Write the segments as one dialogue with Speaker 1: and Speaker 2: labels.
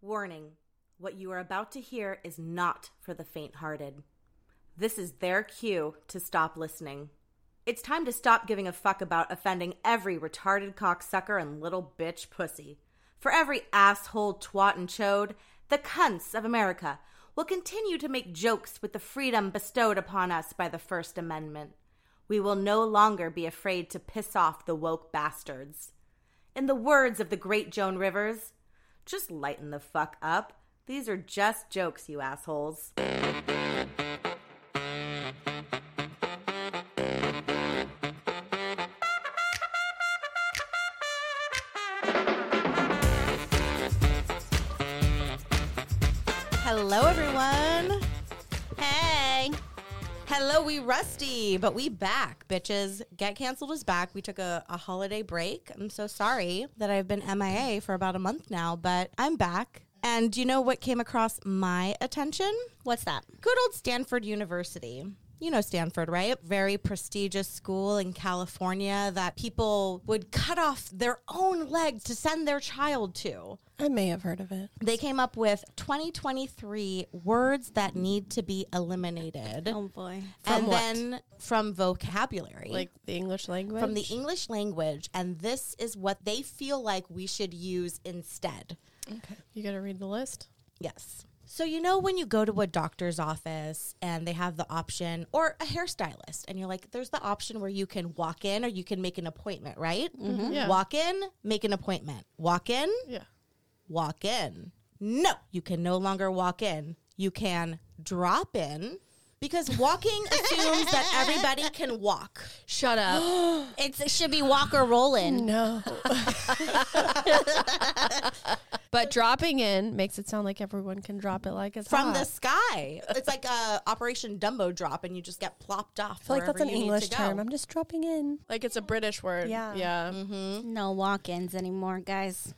Speaker 1: Warning What you are about to hear is not for the faint hearted. This is their cue to stop listening. It's time to stop giving a fuck about offending every retarded cocksucker and little bitch pussy. For every asshole, twat, and chode, the cunts of America will continue to make jokes with the freedom bestowed upon us by the First Amendment. We will no longer be afraid to piss off the woke bastards. In the words of the great Joan Rivers, just lighten the fuck up. These are just jokes, you assholes.
Speaker 2: Hello, everyone. Hey. Hello, we rusty, but we back, bitches. Get canceled is back. We took a, a holiday break. I'm so sorry that I've been MIA for about a month now, but I'm back. And do you know what came across my attention?
Speaker 3: What's that?
Speaker 2: Good old Stanford University. You know Stanford, right? Very prestigious school in California that people would cut off their own leg to send their child to.
Speaker 3: I may have heard of it.
Speaker 2: They came up with 2023 words that need to be eliminated.
Speaker 3: Oh boy.
Speaker 2: and
Speaker 3: From what?
Speaker 2: then from vocabulary.
Speaker 3: like the English language.
Speaker 2: from the English language, and this is what they feel like we should use instead.
Speaker 3: okay. You gotta read the list.
Speaker 2: Yes. So, you know, when you go to a doctor's office and they have the option, or a hairstylist, and you're like, there's the option where you can walk in or you can make an appointment, right?
Speaker 3: Yeah.
Speaker 2: Walk in, make an appointment. Walk in,
Speaker 3: Yeah.
Speaker 2: walk in. No, you can no longer walk in. You can drop in because walking assumes that everybody can walk.
Speaker 3: Shut up.
Speaker 2: It's, it should be walk or roll in.
Speaker 3: no. but dropping in makes it sound like everyone can drop it like it's
Speaker 2: From
Speaker 4: Uh-huh.
Speaker 3: hot.
Speaker 2: the sky, it's like a Operation Dumbo drop, and you just get plopped off.
Speaker 4: I feel like
Speaker 2: wherever
Speaker 4: that's an
Speaker 2: you need
Speaker 4: English
Speaker 2: to go.
Speaker 4: term. I'm just dropping in.
Speaker 3: like it's a British word.
Speaker 4: Yeah.
Speaker 3: Yeah. Mm-hmm.
Speaker 5: No walk ins anymore, guys.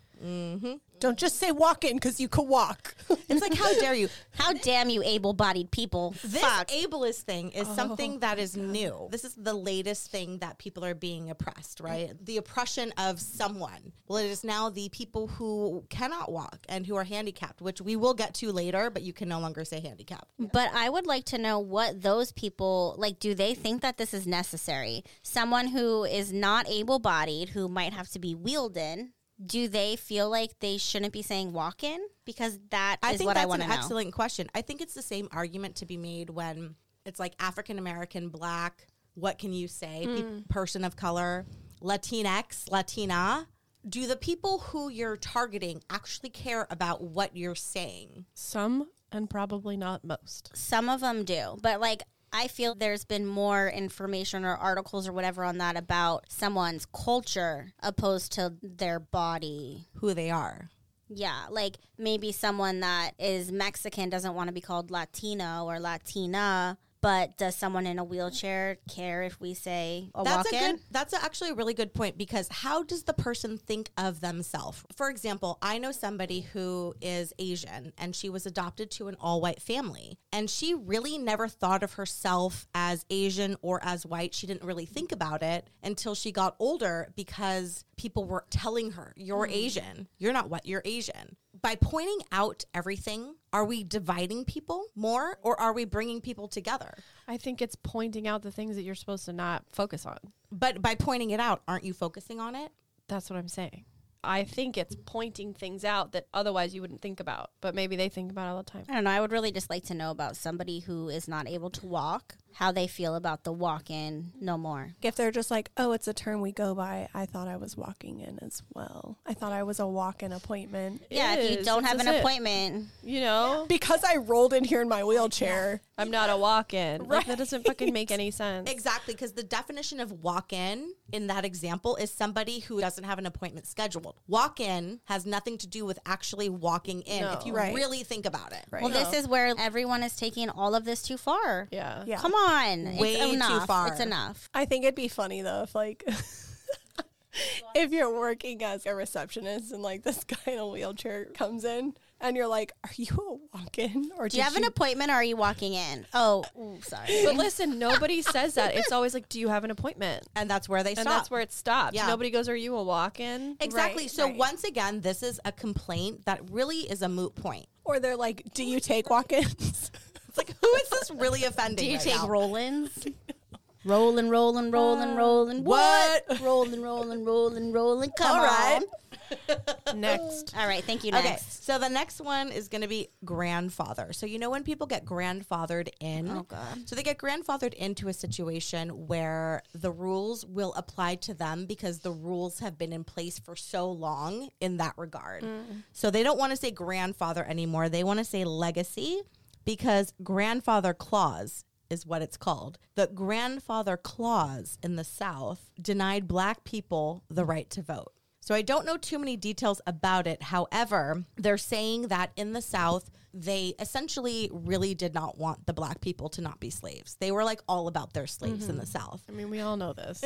Speaker 4: Don't just say walk in because you could walk.
Speaker 2: It's like, how dare you?
Speaker 5: How damn you able bodied people.
Speaker 2: This ableist thing is
Speaker 4: Oh.
Speaker 2: something that is new. This is the latest thing that people are being oppressed, right?
Speaker 4: Mm.
Speaker 2: The oppression of someone. Well, it is now the people who cannot walk and who are handicapped, which we will get to later, but you can no longer say handicapped.
Speaker 5: But I would like to know what those people like. Do they think that this is necessary? Someone who is not able bodied, who might have to be wheeled in, do they feel like they shouldn't be saying walk in? Because that is
Speaker 2: I think
Speaker 5: what
Speaker 2: that's
Speaker 5: I want to
Speaker 2: an
Speaker 5: know.
Speaker 2: excellent question. I think it's the same argument to be made when it's like African American, black, what can you say? Pe-
Speaker 5: Hmm.
Speaker 2: person of color, Latinx, Latina. Do the people who you're targeting actually care about what you're saying?
Speaker 3: Some and probably not most.
Speaker 5: Some of them do, but like I feel there's been more information or articles or whatever on that about someone's culture opposed to their body.
Speaker 2: Who they are.
Speaker 5: Yeah, like maybe someone that is Mexican doesn't want to be called Latino or Latina, but does someone in a wheelchair care if we say a
Speaker 2: That's
Speaker 5: walk
Speaker 2: a
Speaker 5: in?
Speaker 2: good. That's a- actually a really good point because how does the person think of themselves? For example, I know somebody who is Asian and she was adopted to an all-white family, and she really never thought of herself as Asian or as white. She didn't really think about it until she got older because people were telling her, "You're Asian. You're not white. You're Asian." By pointing out everything, are we dividing people more or are we bringing people together?
Speaker 3: I think it's pointing out the things that you're supposed to not focus on.
Speaker 2: But by pointing it out, aren't you focusing on it?
Speaker 3: That's what I'm saying. I think it's pointing things out that otherwise you wouldn't think about, but maybe they think about it all the time.
Speaker 5: I don't know. I would really just like to know about somebody who is not able to walk, how they feel about the walk in no more.
Speaker 4: If they're just like, oh, it's a term we go by, I thought I was walking in as well. I thought I was a walk in appointment.
Speaker 5: Yeah, if you
Speaker 3: is.
Speaker 5: don't
Speaker 3: This
Speaker 5: have an
Speaker 3: is it.
Speaker 5: appointment,
Speaker 3: You know?
Speaker 4: Because I rolled in here in my wheelchair.
Speaker 3: I'm not a walk in. Like that doesn't fucking make any sense.
Speaker 2: Exactly, because the definition of walk in in that example is somebody who doesn't have an appointment scheduled. Walk in has nothing to do with actually walking in, if you
Speaker 4: Right.
Speaker 2: really think about it.
Speaker 5: well, this is where everyone is taking all of this too far.
Speaker 3: Yeah.
Speaker 4: Yeah.
Speaker 5: Come on.
Speaker 2: Way too
Speaker 5: it's enough.
Speaker 2: far.
Speaker 5: It's enough.
Speaker 4: I think it'd be funny though if like if you're working as a receptionist and like this guy in a wheelchair comes in and you're like, are you a walk-in or
Speaker 5: Do you have an appointment or are you walking in? Oh, ooh, sorry.
Speaker 3: But listen, nobody says that. It's always like, do you have an appointment?
Speaker 2: and that's where they
Speaker 3: And
Speaker 2: stop.
Speaker 3: that's where it stops.
Speaker 2: Yeah.
Speaker 3: Nobody goes, are you a walk in?
Speaker 2: exactly.
Speaker 4: Right,
Speaker 2: so
Speaker 4: right.
Speaker 2: once again, this is a complaint that really is a moot point.
Speaker 4: or they're like, do you take walk-ins?
Speaker 2: It's like who is this really offending?
Speaker 5: Do you
Speaker 2: right
Speaker 5: take
Speaker 2: now?
Speaker 5: Rollins? Rolling, rolling, rolling, rolling. What? Rolling, rolling, rolling, rolling. Come
Speaker 2: All right.
Speaker 5: on.
Speaker 3: Next.
Speaker 5: All right. Thank you.
Speaker 2: Okay,
Speaker 5: Next.
Speaker 2: so the next one is going to be grandfather. So you know when people get grandfathered in,
Speaker 5: Oh, God.
Speaker 2: so they get grandfathered into a situation where the rules will apply to them because the rules have been in place for so long in that regard.
Speaker 5: Mm.
Speaker 2: So they don't want to say grandfather anymore. They want to say legacy because grandfather clause is what it's called. The grandfather clause in the South denied black people the right to vote. So I don't know too many details about it. However, they're saying that in the South, they essentially really did not want the black people to not be slaves. They were like all about their slaves in the South.
Speaker 3: I mean, we all know this.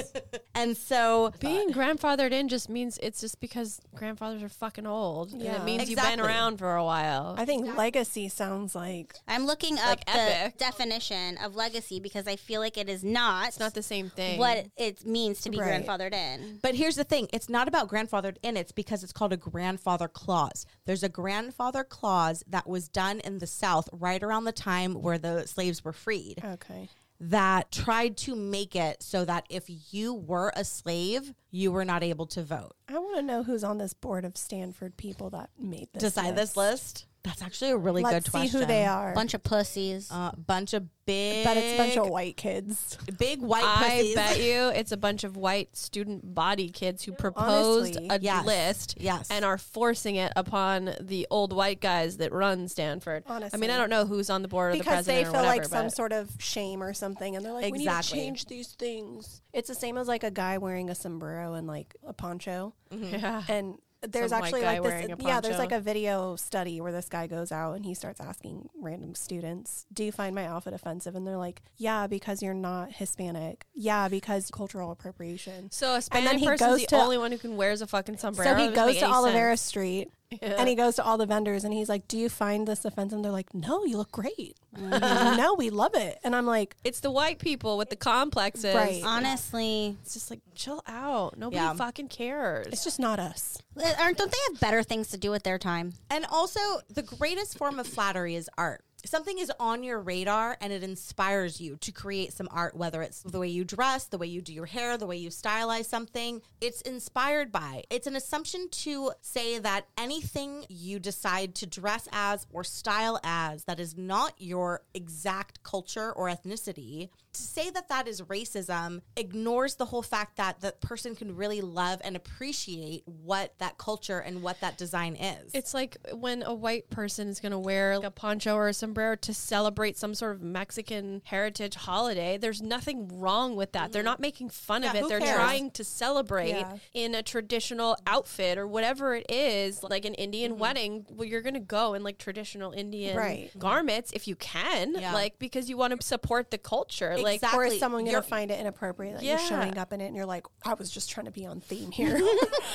Speaker 2: And so
Speaker 3: Being grandfathered in just means it's just because grandfathers are fucking old. And
Speaker 4: Yeah.
Speaker 3: it means you've
Speaker 2: Exactly.
Speaker 3: been around for a while.
Speaker 4: I think legacy sounds like
Speaker 5: I'm looking up the
Speaker 3: epic.
Speaker 5: definition of legacy because I feel like it is not,
Speaker 3: it's not the same thing.
Speaker 5: what it means to be
Speaker 4: Right.
Speaker 5: grandfathered in.
Speaker 2: But here's the thing it's not about grandfathered in, it's because it's called a grandfather clause. There's a grandfather clause that was done in the South right around the time where the slaves were freed
Speaker 4: okay.
Speaker 2: that tried to make it so that if you were a slave, you were not able to vote.
Speaker 4: I want to know who's on this board of Stanford people that made this.
Speaker 2: Decide
Speaker 4: list.
Speaker 2: this list. That's actually a really
Speaker 4: Let's
Speaker 2: good
Speaker 4: see
Speaker 2: question.
Speaker 4: who they are.
Speaker 5: Bunch of pussies.
Speaker 2: Uh, bunch of big,
Speaker 4: but it's a bunch of white kids.
Speaker 2: big white
Speaker 3: I
Speaker 2: pussies.
Speaker 3: bet you it's a bunch of white student body kids who proposed
Speaker 4: honestly.
Speaker 3: a
Speaker 2: Yes.
Speaker 3: list
Speaker 2: Yes.
Speaker 3: and are forcing it upon the old white guys that run Stanford. I
Speaker 4: Honestly.
Speaker 3: mean, I don't know who's on the board of the
Speaker 4: because they
Speaker 3: president
Speaker 4: feel
Speaker 3: or whatever,
Speaker 4: like some
Speaker 3: but
Speaker 4: sort of shame or something, and they're like, "We need to
Speaker 2: Exactly.
Speaker 4: change these things." It's the same as like a guy wearing a sombrero and like a poncho,
Speaker 3: yeah.
Speaker 4: and there's
Speaker 3: Mm-hmm. Some white
Speaker 4: actually
Speaker 3: guy
Speaker 4: like
Speaker 3: wearing
Speaker 4: this.
Speaker 3: a
Speaker 4: Yeah, there's
Speaker 3: poncho.
Speaker 4: like a video study where this guy goes out and he starts asking random students, "Do you find my outfit offensive?" And they're like, "Yeah, because you're not Hispanic. Yeah, because cultural appropriation."
Speaker 3: So a
Speaker 4: then
Speaker 3: Hispanic
Speaker 4: he
Speaker 3: person's
Speaker 4: goes
Speaker 3: the
Speaker 4: to-
Speaker 3: only one who can wears a fucking sombrero.
Speaker 4: So he
Speaker 3: It doesn't
Speaker 4: goes
Speaker 3: make
Speaker 4: to
Speaker 3: any
Speaker 4: Olivera
Speaker 3: sense.
Speaker 4: Street and he goes to all the vendors and he's like, Do you find this offensive? And they're like, No, you look great. no, we love it. And I'm like,
Speaker 3: It's the white people with the complexes.
Speaker 4: Right.
Speaker 5: Honestly,
Speaker 3: It's just like chill out. Nobody
Speaker 2: Yeah.
Speaker 3: fucking cares.
Speaker 4: It's just not us.
Speaker 5: aren't don't they have better things to do with their time?
Speaker 2: And also, the greatest form of flattery is art. Something is on your radar and it inspires you to create some art, whether it's the way you dress, the way you do your hair, the way you stylize something. It's inspired by. It's an assumption to say that anything you decide to dress as or style as that is not your exact culture or ethnicity, to say that that is racism ignores the whole fact that the person can really love and appreciate what that culture and what that design is.
Speaker 3: It's like when a white person is going to wear like, a poncho or a sombrero to celebrate some sort of Mexican heritage holiday. There's nothing wrong with that. They're not making fun of
Speaker 2: Mm-hmm. Yeah,
Speaker 3: it.
Speaker 2: who
Speaker 3: They're
Speaker 2: cares?
Speaker 3: trying to celebrate
Speaker 4: Yeah.
Speaker 3: in a traditional outfit or whatever it is, like an Indian
Speaker 2: Mm-hmm.
Speaker 3: wedding. Well, you're going to go in like traditional Indian
Speaker 4: Right.
Speaker 3: garments if you can,
Speaker 2: Yeah.
Speaker 3: like because you want to support the culture. Like
Speaker 2: Exactly.
Speaker 4: Or is someone going
Speaker 2: You're-
Speaker 4: to find it inappropriate that
Speaker 3: Yeah.
Speaker 4: you're showing up in it and you're like, I was just trying to be on theme here?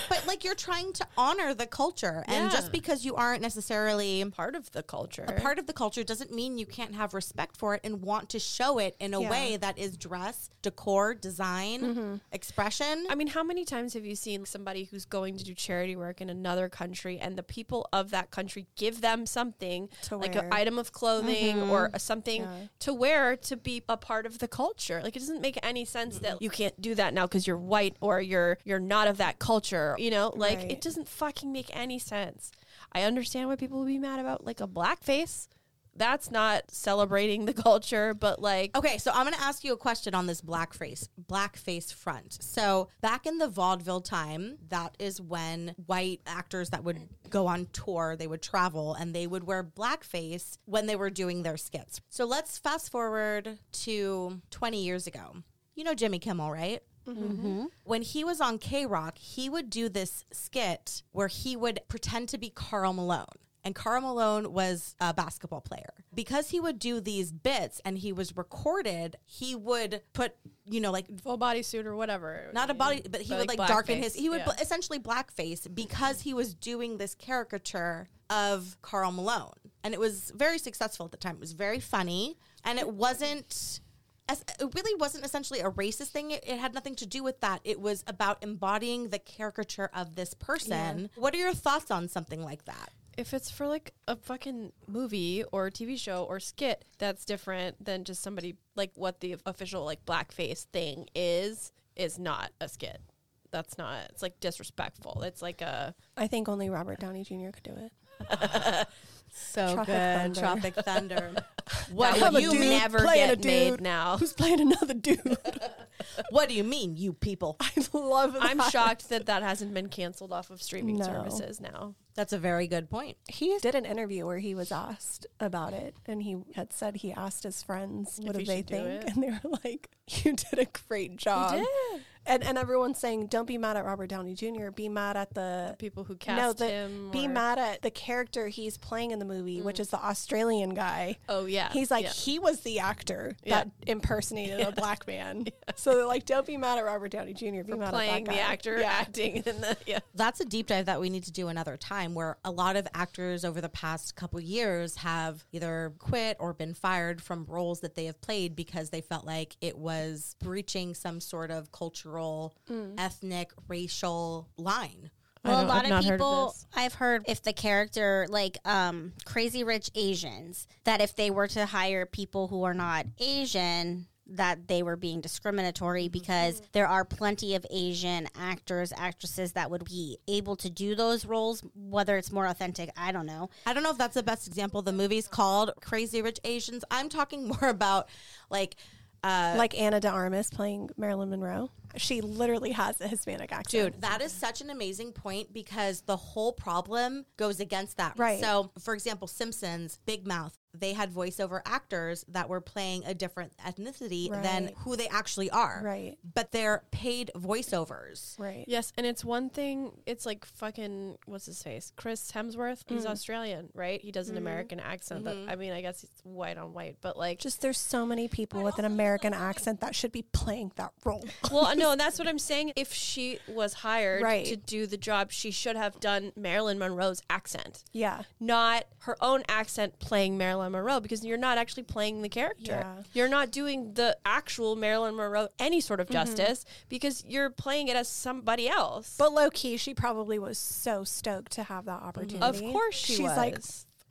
Speaker 2: but like you're trying to honor the culture and
Speaker 3: Yeah.
Speaker 2: just because you aren't necessarily
Speaker 3: part of the culture.
Speaker 2: part of the culture doesn't mean you can't have respect for it and want to show it in a
Speaker 4: Yeah.
Speaker 2: way that is dress decor design
Speaker 3: Mm-hmm.
Speaker 2: expression
Speaker 3: I mean, how many times have you seen somebody who's going to do charity work in another country and the people of that country give them something
Speaker 4: To
Speaker 3: like
Speaker 4: wear.
Speaker 3: an item of clothing or
Speaker 2: Mm-hmm.
Speaker 3: a something to wear to be a part of the culture? Like it doesn't make any sense that
Speaker 2: Mm-hmm.
Speaker 3: you can't do that now cuz you're white or you're you're not of that culture, you know? Like
Speaker 4: Right.
Speaker 3: it doesn't fucking make any sense. I understand why people would be mad about like a blackface. That's not celebrating the culture, but like
Speaker 2: Okay, so I'm going to ask you a question on this blackface blackface front. So back in the vaudeville time, that is when white actors that would go on tour, they would travel and they would wear blackface when they were doing their skits. So let's fast forward to 20 years ago. You know Jimmy Kimmel, right? When he was on K Rock, he would do this skit where he would pretend to be Carl Malone. And Carl Malone was a basketball player. Because he would do these bits and he was recorded, he would put, you know, like
Speaker 3: full bodysuit or whatever.
Speaker 2: not a body, but he
Speaker 3: But
Speaker 2: would
Speaker 3: like
Speaker 2: like darken
Speaker 3: blackface,
Speaker 2: his, he would
Speaker 3: yeah.
Speaker 2: essentially blackface because he was doing this caricature of Carl Malone. And it was very successful at the time. It was very funny. And it wasn't, as, it really wasn't essentially a racist thing. It, it had nothing to do with that. It was about embodying the caricature of this person. What are your thoughts on something like that?
Speaker 3: if it's for like a fucking movie or TV show or skit, that's different than just somebody like what the official like blackface thing is is not a skit. That's not. It's like disrespectful. It's like a
Speaker 4: I think only Robert Downey Jr. could do it.
Speaker 2: So
Speaker 4: Tropic Thunder.
Speaker 2: Tropic Thunder.
Speaker 3: what
Speaker 4: I'm a
Speaker 3: would you
Speaker 4: dude
Speaker 3: never
Speaker 4: playing a
Speaker 3: get made
Speaker 4: dude.
Speaker 3: now.
Speaker 4: Who's playing another dude?
Speaker 2: what do you mean, you people?
Speaker 4: I love that.
Speaker 3: I'm shocked that that hasn't been canceled off of streaming
Speaker 4: No.
Speaker 3: services now.
Speaker 2: That's a very good point.
Speaker 4: He did an interview where he was asked about it, and he had said he asked his friends, "What
Speaker 3: he
Speaker 4: do they
Speaker 3: should do
Speaker 4: think?"
Speaker 3: it.
Speaker 4: And they were like, "You did a great job." And and everyone's saying, "Don't be mad at Robert Downey Jr. Be mad at the."
Speaker 3: People who cast
Speaker 4: no, the,
Speaker 3: him.
Speaker 4: be
Speaker 3: or- Mm.
Speaker 4: mad at the character he's playing in the movie, which is the Australian guy.
Speaker 3: Oh yeah.
Speaker 4: He's like,
Speaker 3: yeah.
Speaker 4: he was the actor that impersonated a black man. So they're like, don't be mad at Robert Downey Jr. Be mad
Speaker 3: playing
Speaker 4: at that guy.
Speaker 3: the actor, acting in the yeah.
Speaker 2: that's a deep dive that we need to do another time where a lot of actors over the past couple years have either quit or been fired from roles that they have played because they felt like it was breaching some sort of cultural, ethnic, racial line.
Speaker 3: don't-
Speaker 5: Well, a
Speaker 3: I've
Speaker 5: lot of
Speaker 3: not heard of
Speaker 5: people
Speaker 3: this.
Speaker 5: I've heard if the character like um, Crazy Rich Asians that if they were to hire people who are not Asian that they were being discriminatory
Speaker 3: Mm-hmm.
Speaker 5: because there are plenty of Asian actors actresses that would be able to do those roles whether it's more authentic I don't know
Speaker 2: I don't know if that's the best example. The movie's called Crazy Rich Asians. I'm talking more about like uh
Speaker 4: Like Anna de Armas playing Marilyn Monroe. She literally has a Hispanic accent.
Speaker 2: Dude, that is such an amazing point because the whole problem goes against that.
Speaker 4: Right.
Speaker 2: So, for example, Simpsons, Big Mouth, they had voiceover actors that were playing a different ethnicity than
Speaker 4: Right.
Speaker 2: who they actually are.
Speaker 4: Right.
Speaker 2: But they're paid voiceovers.
Speaker 4: Right.
Speaker 3: Yes, and it's one thing. It's like fucking what's his face, Chris Hemsworth.
Speaker 4: Mm.
Speaker 3: He's Australian, right? He does an
Speaker 4: Mm-hmm.
Speaker 3: American accent. That I mean, I guess it's white on white, but like,
Speaker 4: Just there's so many people with an American accent that should be playing that role.
Speaker 3: well, no, and that's what I'm saying. If she was hired
Speaker 4: Right.
Speaker 3: to do the job, she should have done Marilyn Monroe's accent,
Speaker 4: yeah.
Speaker 3: not her own accent playing Marilyn Monroe, because you're not actually playing the character.
Speaker 4: Yeah.
Speaker 3: You're not doing the actual Marilyn Monroe any sort
Speaker 4: Mm-hmm.
Speaker 3: of justice because you're playing it as somebody else.
Speaker 4: But low key, she probably was so stoked to have that opportunity.
Speaker 3: of course, she
Speaker 4: she's
Speaker 3: was.
Speaker 4: like,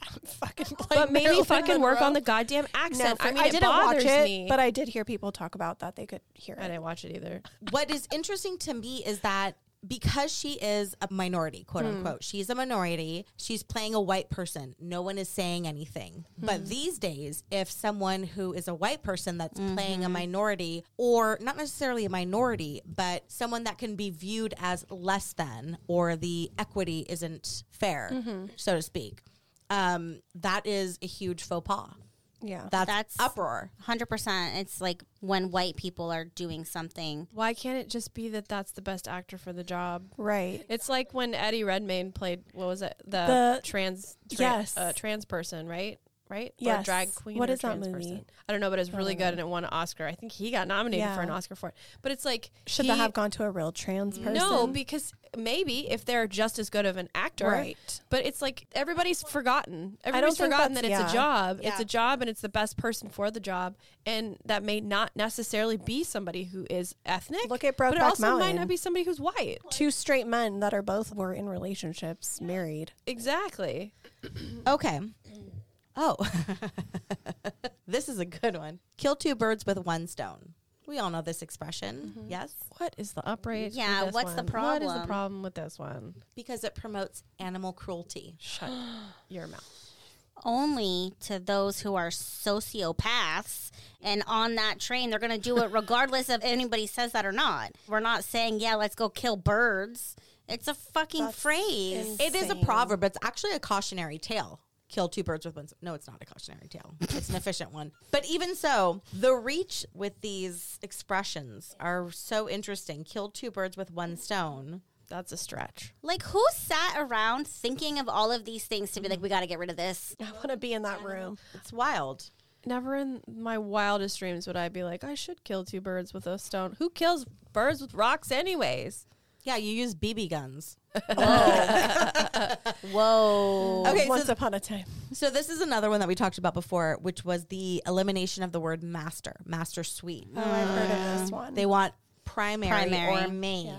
Speaker 4: I'm fucking playing
Speaker 3: But maybe
Speaker 4: Marilyn
Speaker 3: fucking work
Speaker 4: Monroe.
Speaker 3: on the goddamn
Speaker 4: No,
Speaker 3: accent.
Speaker 4: for-
Speaker 3: I mean, it bothers me.
Speaker 4: but I did hear people talk about that they could hear
Speaker 3: I
Speaker 4: it.
Speaker 3: didn't watch it either.
Speaker 2: what is interesting to me is that because she is a minority, quote unquote, she's a minority, she's playing a white person. No one is saying anything. But these days, if someone who is a white person that's playing a minority, or not necessarily a minority, but someone that can be viewed as less than or the equity isn't fair, so to speak, um, that is a huge faux pas.
Speaker 4: Yeah.
Speaker 2: That's,
Speaker 5: That's-
Speaker 2: uproar.
Speaker 5: 100% it's like when white people are doing something
Speaker 3: Why can't it just be that that's the best actor for the job?
Speaker 4: right.
Speaker 3: It's like when Eddie Redmayne played what was it
Speaker 4: The-
Speaker 3: the, trans tra-
Speaker 4: yes.
Speaker 3: uh, trans person right right or
Speaker 4: Yes.
Speaker 3: drag queen
Speaker 4: What
Speaker 3: or
Speaker 4: is that
Speaker 3: trans
Speaker 4: movie?
Speaker 3: person. I don't know but it's really good and it won an Oscar I think he got nominated for
Speaker 4: Yeah.
Speaker 3: an Oscar for it but it's like
Speaker 4: Should
Speaker 3: he,
Speaker 4: that have gone to a real trans person?
Speaker 3: no because maybe if they're just as good of an actor
Speaker 4: Right.
Speaker 3: but it's like everybody's forgotten
Speaker 4: don't
Speaker 3: everybody's
Speaker 4: think
Speaker 3: forgotten that
Speaker 4: that's-
Speaker 3: it's a
Speaker 4: yeah.
Speaker 3: job it's
Speaker 2: Yeah.
Speaker 3: a job and it's the best person for the job and that may not necessarily be somebody who is ethnic
Speaker 4: Look at
Speaker 3: but it
Speaker 4: Brokeback
Speaker 3: also might
Speaker 4: Mountain.
Speaker 3: not be somebody who's white
Speaker 4: Two straight men that are both were in relationships, married.
Speaker 3: exactly
Speaker 2: Okay. Oh, this is a good one. Kill two birds with one stone. We all know this expression, yes?
Speaker 3: What is the outrage?
Speaker 5: Yeah,
Speaker 3: with this
Speaker 5: what's the
Speaker 3: one? What is the
Speaker 5: problem?
Speaker 3: problem with this one?
Speaker 2: Because it promotes animal cruelty.
Speaker 3: Shut your mouth.
Speaker 5: only to those who are sociopaths and on that train they're going to do it regardless of anybody says that or not we're not saying yeah let's go kill birds it's a fucking phrase
Speaker 2: It is a proverb, but it's actually a cautionary tale. Kill two birds with one stone. No, it's not a cautionary tale. It's an efficient one. But even so, the reach with these expressions are so interesting. Kill two birds with one stone.
Speaker 3: That's a stretch.
Speaker 5: like who sat around thinking of all of these things to be like we got to get rid of this
Speaker 4: I want to be in that room.
Speaker 2: It's wild.
Speaker 3: Never in my wildest dreams would I be like, I should kill two birds with a stone. Who kills birds with rocks, anyways?
Speaker 2: Yeah, you use BB guns.
Speaker 5: Whoa.
Speaker 2: Okay, so
Speaker 4: Once upon a time.
Speaker 2: So this is another one that we talked about before, which was the elimination of the word master, master suite.
Speaker 3: Mm.
Speaker 4: Oh, I've heard of this one.
Speaker 2: They want primary,
Speaker 5: Primary.
Speaker 2: or main.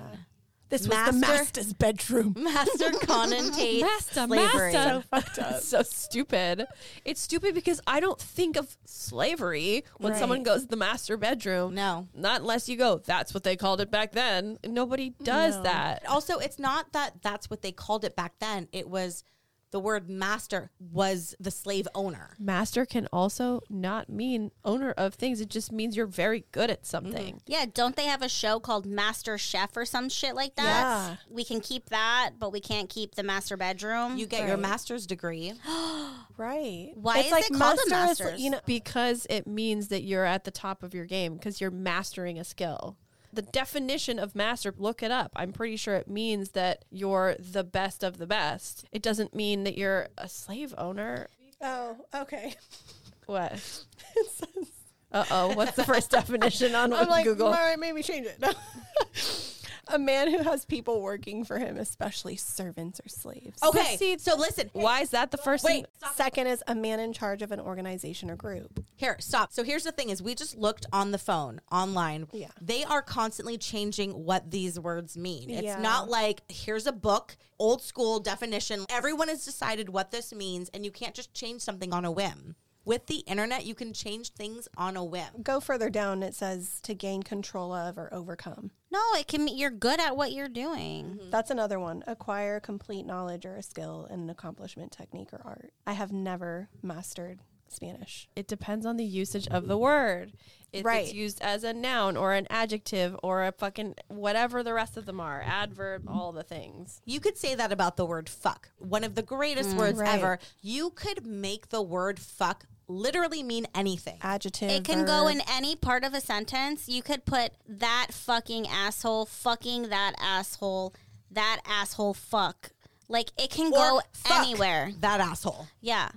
Speaker 4: this
Speaker 2: Master-
Speaker 4: was the master's bedroom.
Speaker 2: Master connotates
Speaker 3: Master,
Speaker 2: slavery.
Speaker 3: master. so stupid. It's stupid because I don't think of slavery when
Speaker 4: Right.
Speaker 3: someone goes to the master bedroom.
Speaker 2: No.
Speaker 3: Not unless you go, that's what they called it back then. Nobody does that.
Speaker 2: Also, it's not that that's what they called it back then. It was the word master was the slave owner.
Speaker 3: Master can also not mean owner of things. It just means you're very good at something.
Speaker 5: Yeah, don't they have a show called Master Chef or some shit like that? We can keep that, but we can't keep the master bedroom.
Speaker 2: You get your master's degree.
Speaker 4: Right.
Speaker 5: Why
Speaker 4: It's
Speaker 5: is it called a
Speaker 4: master is-
Speaker 5: master's?
Speaker 4: You know,
Speaker 3: Because it means that you're at the top of your game because you're mastering a skill. The definition of master, look it up. I'm pretty sure it means that you're the best of the best. It doesn't mean that you're a slave owner.
Speaker 4: oh, okay.
Speaker 3: What? Uh oh, what's the first definition on
Speaker 4: I'm like,
Speaker 3: Google?
Speaker 4: all right, maybe change it. a man who has people working for him, especially servants or slaves.
Speaker 2: Okay, so listen.
Speaker 3: Why is that the first
Speaker 2: Wait,
Speaker 4: Second is a man in charge of an organization or group.
Speaker 2: Here, stop. So here's the thing is we just looked on the phone, online.
Speaker 4: Yeah.
Speaker 2: They are constantly changing what these words mean. It's
Speaker 4: Yeah.
Speaker 2: not like here's a book, old school definition. Everyone has decided what this means and you can't just change something on a whim. With the internet, you can change things on a whim.
Speaker 4: Go further down, it says to gain control of or overcome.
Speaker 5: no, it can mean you're good at what you're doing.
Speaker 4: That's another one. Acquire complete knowledge or a skill in an accomplishment, technique, or art. I have never mastered Spanish.
Speaker 3: It depends on the usage of the word. If
Speaker 4: Right.
Speaker 3: it's used as a noun or an adjective or a fucking whatever the rest of them are, adverb, all the things.
Speaker 2: You could say that about the word fuck, one of the greatest words
Speaker 4: Mm, Right.
Speaker 2: ever. You could make the word fuck literally mean anything.
Speaker 4: Adjective.
Speaker 5: It can go
Speaker 4: verb.
Speaker 5: in any part of a sentence. You could put that fucking asshole, fucking that asshole, that asshole fuck. Like it can go
Speaker 2: Or fuck
Speaker 5: anywhere.
Speaker 2: That asshole.
Speaker 5: Yeah.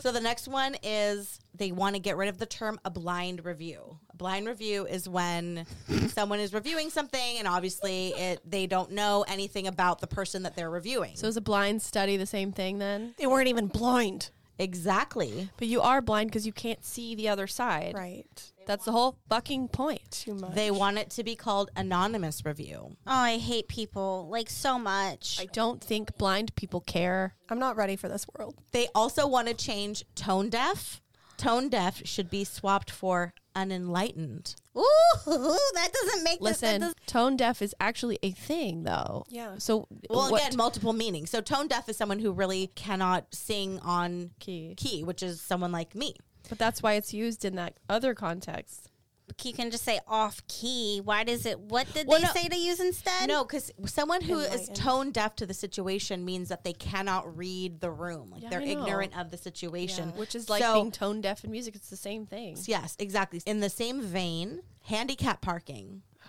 Speaker 2: So the next one is they want to get rid of the term a blind review. A blind review is when someone is reviewing something and obviously it they don't know anything about the person that they're reviewing.
Speaker 3: So is a blind study the same thing then?
Speaker 4: They weren't even blind.
Speaker 2: exactly.
Speaker 3: But you are blind because you can't see the other side.
Speaker 4: Right.
Speaker 3: That's the whole fucking point.
Speaker 4: Too much.
Speaker 2: They want it to be called anonymous review.
Speaker 5: Oh, I hate people like so much.
Speaker 3: I don't think blind people care.
Speaker 4: I'm not ready for this world.
Speaker 2: They also want to change tone deaf. Tone deaf should be swapped for unenlightened.
Speaker 5: Ooh, that doesn't make this- that
Speaker 3: Listen,
Speaker 5: does-
Speaker 3: tone deaf is actually a thing though.
Speaker 4: Yeah.
Speaker 3: So
Speaker 2: Well,
Speaker 3: what-
Speaker 2: again, multiple meanings. So tone deaf is someone who really cannot sing on
Speaker 3: Key.
Speaker 2: key which is someone like me.
Speaker 3: but that's why it's used in that other context.
Speaker 5: you can just say off key. Why does it? What did
Speaker 2: Well,
Speaker 5: they
Speaker 2: no.
Speaker 5: say to use instead?
Speaker 2: No, because someone who is
Speaker 4: Enlightened.
Speaker 2: tone deaf to the situation means that they cannot read the room. Like
Speaker 3: Yeah,
Speaker 2: they're
Speaker 3: I know.
Speaker 2: ignorant of the situation.
Speaker 3: Which is like
Speaker 2: So-
Speaker 3: being tone deaf in music. It's the same thing.
Speaker 2: Yes, exactly. In the same vein, handicap parking.
Speaker 3: Oh,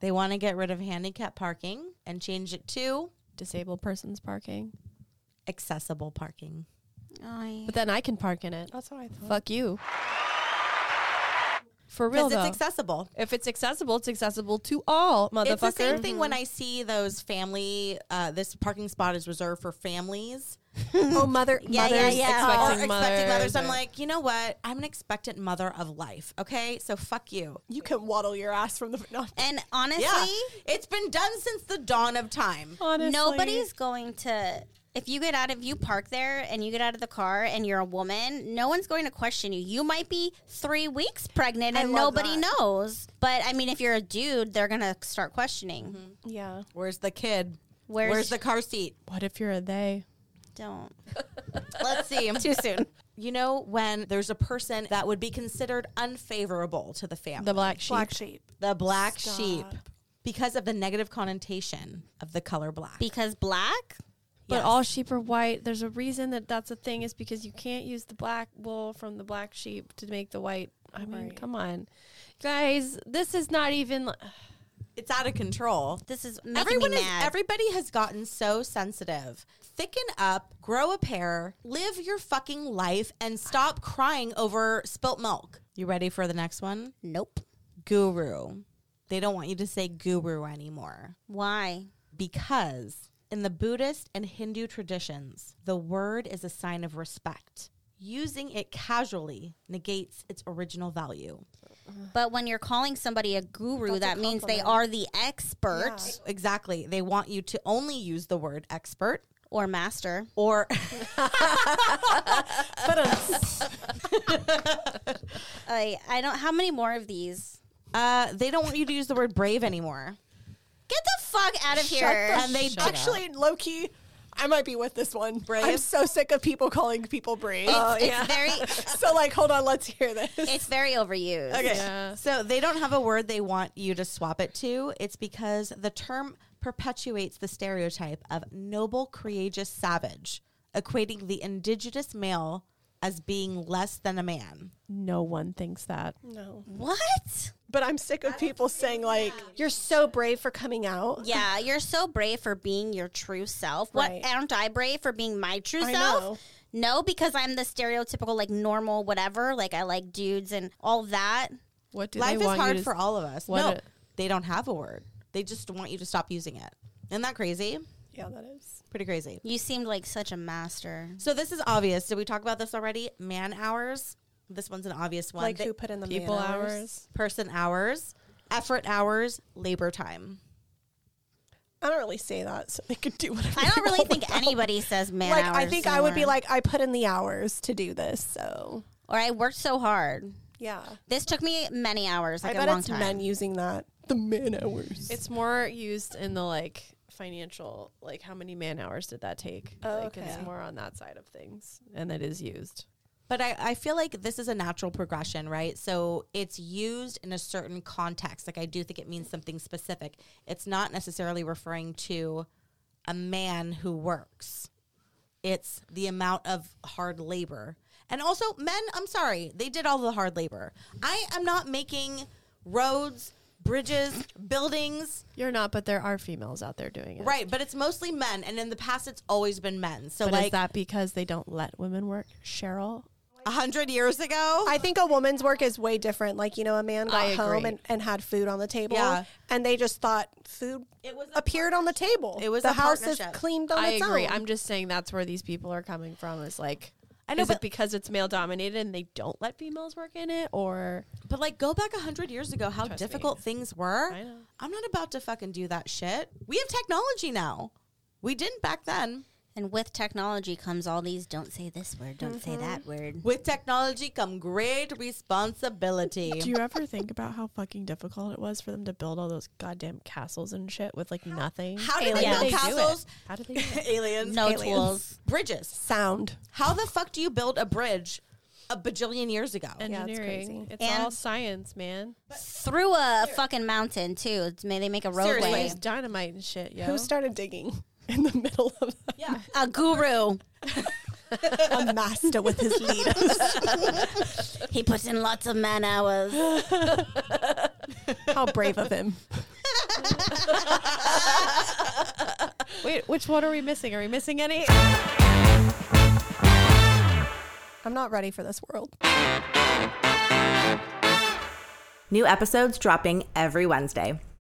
Speaker 2: They want to get rid of handicap parking and change it to
Speaker 3: Disabled person's parking.
Speaker 2: accessible parking.
Speaker 5: Oh, yeah.
Speaker 3: But then I can park in it.
Speaker 4: That's how I thought.
Speaker 3: Fuck you. For real
Speaker 2: Because
Speaker 3: though.
Speaker 2: it's accessible.
Speaker 3: if it's accessible, it's accessible to all, motherfucker. Mm-hmm.
Speaker 2: It's the same thing when I see those family, uh, this parking spot is reserved for families.
Speaker 4: oh, mother.
Speaker 5: Yeah, yeah,
Speaker 4: mothers
Speaker 2: Or
Speaker 5: yeah.
Speaker 4: Oh,
Speaker 3: expecting
Speaker 2: expecting
Speaker 3: mothers
Speaker 2: mothers. I'm
Speaker 3: or-
Speaker 2: like, you know what? I'm an expectant mother of life. Okay. So fuck you.
Speaker 4: You can waddle your ass from the. No.
Speaker 5: And honestly,
Speaker 2: Yeah. It's been done since the dawn of time.
Speaker 3: Honestly.
Speaker 5: nobody's going to. If you get out of you park there and you get out of the car and you're a woman, no one's going to question you. You might be three weeks pregnant and
Speaker 4: love
Speaker 5: nobody
Speaker 4: that.
Speaker 5: knows. But I mean, if you're a dude, they're gonna start questioning.
Speaker 4: Yeah.
Speaker 2: Where's the kid?
Speaker 5: Where's-
Speaker 2: Where's the car seat?
Speaker 3: What if you're a they?
Speaker 5: Don't.
Speaker 2: Let's see.
Speaker 5: Too soon.
Speaker 2: You know, when there's a person that would be considered unfavorable to the family,
Speaker 3: The black sheep.
Speaker 4: Black sheep.
Speaker 2: the black
Speaker 4: Stop.
Speaker 2: sheep, because of the negative connotation of the color black.
Speaker 5: Because black.
Speaker 3: But
Speaker 2: Yes.
Speaker 3: all sheep are white. There's a reason that that's a thing is because you can't use the black wool from the black sheep to make the white. I mean,
Speaker 4: Right.
Speaker 3: come on. Guys, this is not even
Speaker 2: it's out of control.
Speaker 5: This is making
Speaker 2: Everyone
Speaker 5: me
Speaker 2: is,
Speaker 5: mad.
Speaker 2: everybody has gotten so sensitive. Thicken up, grow a pair, live your fucking life, and stop crying over spilt milk. You ready for the next one?
Speaker 5: nope.
Speaker 2: Guru. They don't want you to say guru anymore
Speaker 5: Why?
Speaker 2: because in the Buddhist and Hindu traditions, the word is a sign of respect. Using it casually negates its original value.
Speaker 5: But when you're calling somebody a guru, that means they are the expert
Speaker 2: Exactly. They want you to only use the word expert
Speaker 5: or master.
Speaker 2: or
Speaker 5: I, I don't. How many more of these?
Speaker 2: uh, they don't want you to use the word brave anymore.
Speaker 5: Get the fuck out of here!
Speaker 2: And they
Speaker 4: Actually, low key, I might be with this one. Brave. I'm so sick of people calling people brave. Uh,
Speaker 5: it's very,
Speaker 4: so like, hold on, let's hear this.
Speaker 5: it's very overused.
Speaker 3: Yeah.
Speaker 2: So they don't have a word they want you to swap it to. It's because the term perpetuates the stereotype of noble, courageous savage, equating the indigenous male as being less than a man.
Speaker 6: No one thinks that.
Speaker 4: No,
Speaker 5: What?
Speaker 4: but I'm sick of people saying like, "You're so brave for coming out."
Speaker 5: Yeah, you're so brave for being your true self.
Speaker 4: Right.
Speaker 5: What aren't I brave for being my true
Speaker 4: I
Speaker 5: self?
Speaker 4: know.
Speaker 5: No, because I'm the stereotypical like normal whatever. Like I like dudes and all that.
Speaker 3: What do
Speaker 2: Life
Speaker 3: they
Speaker 2: is
Speaker 3: want
Speaker 2: hard
Speaker 3: you to
Speaker 2: for all of us.
Speaker 3: what
Speaker 2: No,
Speaker 3: it-
Speaker 2: they don't have a word. They just want you to stop using it. Isn't that crazy?
Speaker 4: Yeah, that is.
Speaker 2: Pretty crazy.
Speaker 5: You seemed like such a master.
Speaker 2: So this is obvious. Did we talk about this already? Man hours. This one's an obvious one.
Speaker 4: Like
Speaker 2: They-
Speaker 4: who put in the
Speaker 3: people
Speaker 4: man
Speaker 3: hours?
Speaker 2: person hours, effort hours, labor time.
Speaker 4: I don't really say that, so they could do whatever.
Speaker 5: I don't
Speaker 4: they
Speaker 5: really
Speaker 4: want.
Speaker 5: think anybody says man
Speaker 4: Like
Speaker 5: hours.
Speaker 4: I think I would be
Speaker 5: anymore.
Speaker 4: like, I put in the hours to do this, so
Speaker 5: or I worked so hard.
Speaker 4: yeah.
Speaker 5: This took me many hours, like
Speaker 4: I
Speaker 5: a
Speaker 4: bet
Speaker 5: long
Speaker 4: it's
Speaker 5: time.
Speaker 4: men using that. The man hours.
Speaker 3: It's more used in the like financial, like how many man hours did that take?
Speaker 4: Oh,
Speaker 3: like it's
Speaker 4: okay.
Speaker 3: more on that side of things, and it is used.
Speaker 2: But I, I feel like this is a natural progression, right? So it's used in a certain context. Like I do think it means something specific. It's not necessarily referring to a man who works. It's the amount of hard labor. And also men, I'm sorry, they did all the hard labor. I am not making roads, bridges, buildings.
Speaker 3: You're not, but there are females out there doing it.
Speaker 2: Right, but it's mostly men and in the past it's always been men. So
Speaker 3: But
Speaker 2: like
Speaker 3: is that because they don't let women work, Cheryl?
Speaker 2: a hundred years ago.
Speaker 4: I think a woman's work is way different. Like, you know, a man got
Speaker 3: I
Speaker 4: home
Speaker 3: agree.
Speaker 4: and, and had food on the table
Speaker 2: Yeah.
Speaker 4: and they just thought food
Speaker 2: It was a
Speaker 4: appeared on the table.
Speaker 2: It was
Speaker 4: the
Speaker 2: a
Speaker 4: house
Speaker 2: partnership.
Speaker 4: is cleaned on
Speaker 3: I
Speaker 4: its
Speaker 3: agree.
Speaker 4: own.
Speaker 3: I'm just saying that's where these people are coming from. Is like,
Speaker 2: I know,
Speaker 3: is
Speaker 2: but-
Speaker 3: it because it's male dominated and they don't let females work in it, or
Speaker 2: But like, go back a hundred years ago, how
Speaker 3: Trust
Speaker 2: difficult things were.
Speaker 3: I know.
Speaker 2: I'm not about to fucking do that shit. We have technology now. We didn't back then.
Speaker 5: and with technology comes all these don't say this word, don't
Speaker 4: Mm-hmm.
Speaker 5: say that word.
Speaker 2: With technology come great responsibility.
Speaker 6: Do you ever think about how fucking difficult it was for them to build all those goddamn castles and shit with like nothing?
Speaker 2: How did they
Speaker 5: Aliens.
Speaker 2: build
Speaker 5: They do
Speaker 2: castles?
Speaker 6: How did they? do it?
Speaker 2: Aliens.
Speaker 5: No
Speaker 2: aliens.
Speaker 5: tools.
Speaker 2: Bridges.
Speaker 4: Sound.
Speaker 2: How the fuck do you build a bridge a bajillion years ago?
Speaker 3: engineering?
Speaker 4: crazy.
Speaker 3: it's
Speaker 5: And-
Speaker 3: all science, man.
Speaker 5: Through a fucking mountain too. It's- May they make a roadway.
Speaker 2: Seriously.
Speaker 3: It's dynamite and shit, yo.
Speaker 4: Who started digging in the middle of that?
Speaker 2: yeah.
Speaker 5: A guru.
Speaker 4: a master with his leader?
Speaker 5: He puts in lots of man hours.
Speaker 4: How brave of him.
Speaker 3: Wait, which one are we missing? Are we missing any?
Speaker 4: I'm not ready for this world.
Speaker 1: New episodes dropping every Wednesday.